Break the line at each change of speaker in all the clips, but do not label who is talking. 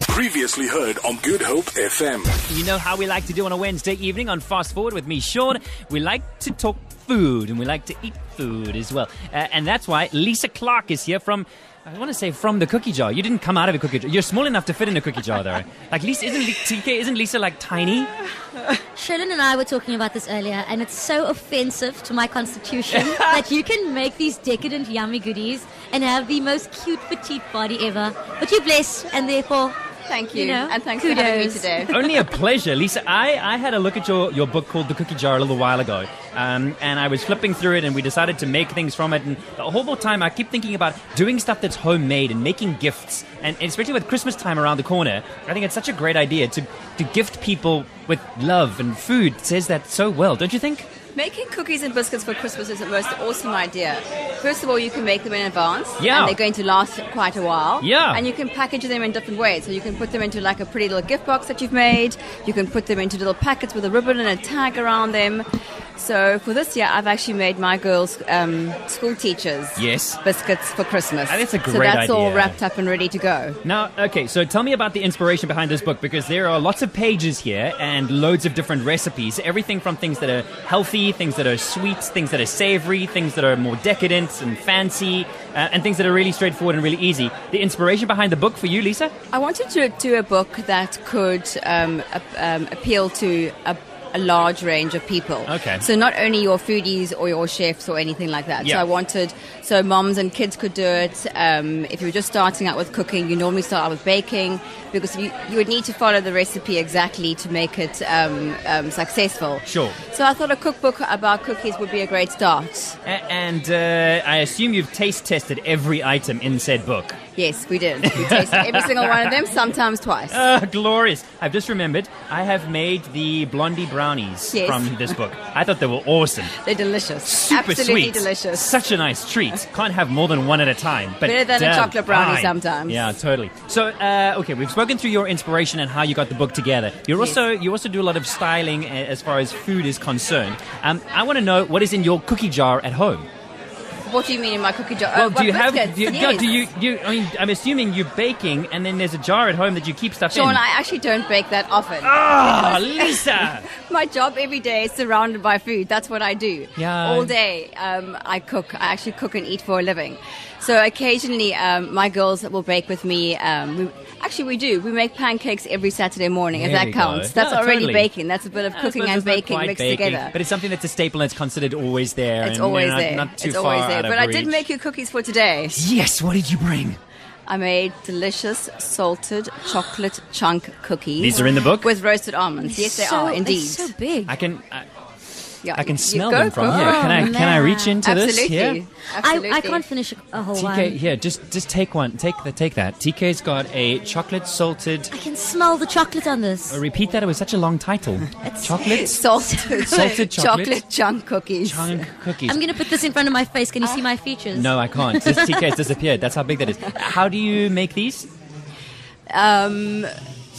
Previously heard on Good Hope FM.
You know how we like to do on a Wednesday evening on Fast Forward with me, Sean. We like to talk food and we like to eat food as well. Uh, and that's why Lisa Clark is here from, I want to say from the cookie jar. You didn't come out of a cookie jar. You're small enough to fit in a cookie jar, though. Like, Lisa, isn't, Li- TK, isn't Lisa like tiny?
Shailen and I were talking about this earlier, and it's so offensive to my constitution that you can make these decadent, yummy goodies and have the most cute, petite body ever. But you're blessed, and therefore,
Thank you,
You know,
and thanks for having me
kudos.
today.
Only a pleasure, Lisa. I, I had a look at your, your book called The Cookie Jar a little while ago, um, and I was flipping through it, and we decided to make things from it. And the whole time, I keep thinking about doing stuff that's homemade and making gifts, and, and especially with Christmas time around the corner. I think it's such a great idea to to gift people with love and food. It says that so well, don't you think?
Making cookies and biscuits for Christmas is the most awesome idea. First of all, you can make them in advance,
Yeah.
and they're going to last quite a while.
Yeah.
and you can package them in different ways. So you can put them into like a pretty little gift box that you've made. You can put them into little packets with a ribbon and a tag around them. So for this year, I've actually made my girls um, school teachers
Yes.
biscuits for Christmas.
And it's a
so
great
that's all
idea.
wrapped up and ready to go.
Now, okay, so tell me about the inspiration behind this book because there are lots of pages here and loads of different recipes. Everything from things that are healthy, things that are sweet, things that are savory, things that are more decadent and fancy, uh, and things that are really straightforward and really easy. The inspiration behind the book for you, Lisa?
I wanted to do a book that could um, ap- um, appeal to a, a large range of people.
Okay.
So not only your foodies or your chefs or anything like that.
Yeah.
So I wanted so moms and kids could do it. Um, if you were just starting out with cooking, you normally start out with baking because you, you would need to follow the recipe exactly to make it um, um, successful.
Sure.
So I thought a cookbook about cookies would be a great start.
A- and uh, I assume you've taste tested every item in said book.
Yes, we did. We tasted every single one of them, sometimes twice.
Ah, glorious. I've just remembered I have made the blondie brownies
Yes.
from this book. I thought they were awesome.
They're delicious.
super
Absolutely
sweet.
delicious.
Such a nice treat. Can't have more than one at a time. But
Better than a
damn
chocolate brownie
fine.
sometimes.
Yeah, totally. So, uh, okay, we've spoken through your inspiration and how you got the book together. You're
Yes.
also you also do a lot of styling a- as far as food is concerned. Um, I want to know what is in your cookie jar at home.
What do you mean in my cookie jar?
well,
Oh,
do
what
you have?
Uh, biscuits?
Do you, yeah,
Yes.
do you, do you? I mean, I'm assuming you're baking, and then there's a jar at home that you keep stuff
Sean,
in.
I actually don't bake that often.
Ah, Lisa.
My job every day is surrounded by food. That's what I do.
Yeah.
All day um, I cook. I actually cook and eat for a living. So occasionally um, my girls will bake with me. Um, we, actually, we do. We make pancakes every Saturday morning, if
There
that
we go.
counts. That's
Yeah,
already
totally.
baking. That's a bit of
I
cooking
suppose
and
it's not
baking
quite
mixed
baking,
together.
But it's something that's a staple and it's considered always there.
it's
and,
always
you know,
there.
Not too
it's
far
always there.
out of
But I did
reach.
make you cookies for today.
Yes, what did you bring?
I made delicious salted chocolate chunk cookies.
These are in the book?
with roasted almonds. Yes, they
so,
are indeed.
It's so big.
I can I,
Yeah,
I can
you
smell
go
them from
for
here.
it.
Can I can I reach into
Absolutely.
this here?
Absolutely.
I, I can't finish a, a whole one.
TK, here, just just take one. Take the take that. TK's got a chocolate salted.
I can smell the chocolate on this.
Repeat that. It was such a long title. chocolate
salted,
Salted chocolate.
chunk cookies.
chunk cookies.
I'm going to put this in front of my face. Can you see my features?
Ah. no, I can't. This TK has disappeared. That's how big that is. How do you make these?
Um, do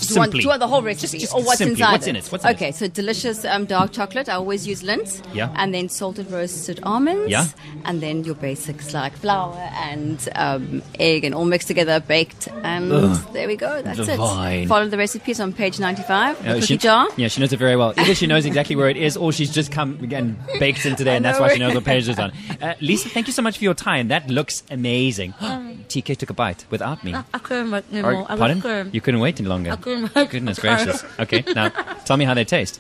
you, want, do
Simply.
you want the whole recipe
Just- just
or what's
simply.
inside?
What's in it? What's in it?
okay, so delicious um, dark chocolate. I always use lint.
Yeah.
And then salted roasted almonds.
Yeah.
And then your basics like flour and um, egg and all mixed together, baked. And
Ugh.
there we go. That's
Divine.
it. Follow the recipes on page 95. the
Uh,
cookie
she,
jar.
Yeah, she knows it very well. Either she knows exactly where it is, or she's just come and baked in today, and that's why she knows what page it's on. Uh, Lisa, thank you so much for your time. That looks amazing.
Um,
TK took a bite without me.
Ah, I couldn't work no
Or-
more. I
pardon?
was firm.
You couldn't wait any longer.
I couldn't wait.
Goodness
Sorry.
gracious. Okay, now tell me how they taste.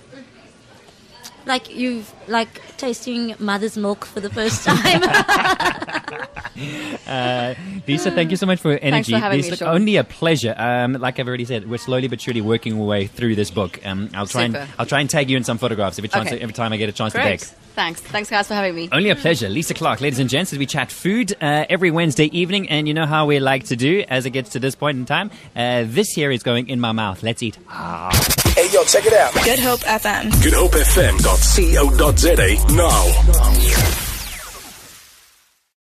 Like you've like tasting mother's milk for the first time.
Lisa, thank you so much for your energy.
for having
These
me,
look
Sean.
only a pleasure. Um, like I've already said, we're slowly but surely working our way through this book. Um, I'll try and
Super.
I'll try and tag you in some photographs every chance
Okay.
every time I get a chance
Great.
to bake.
Thanks. Thanks, guys, for having me.
Only a pleasure. Lisa Clark, ladies and gents, as we chat food uh, every Wednesday evening, and you know how we like to do as it gets to this point in time. Uh, this here is going in my mouth. Let's eat.
Hey, yo, check it out.
Good Hope FM.
GoodHopeFM.co.za now.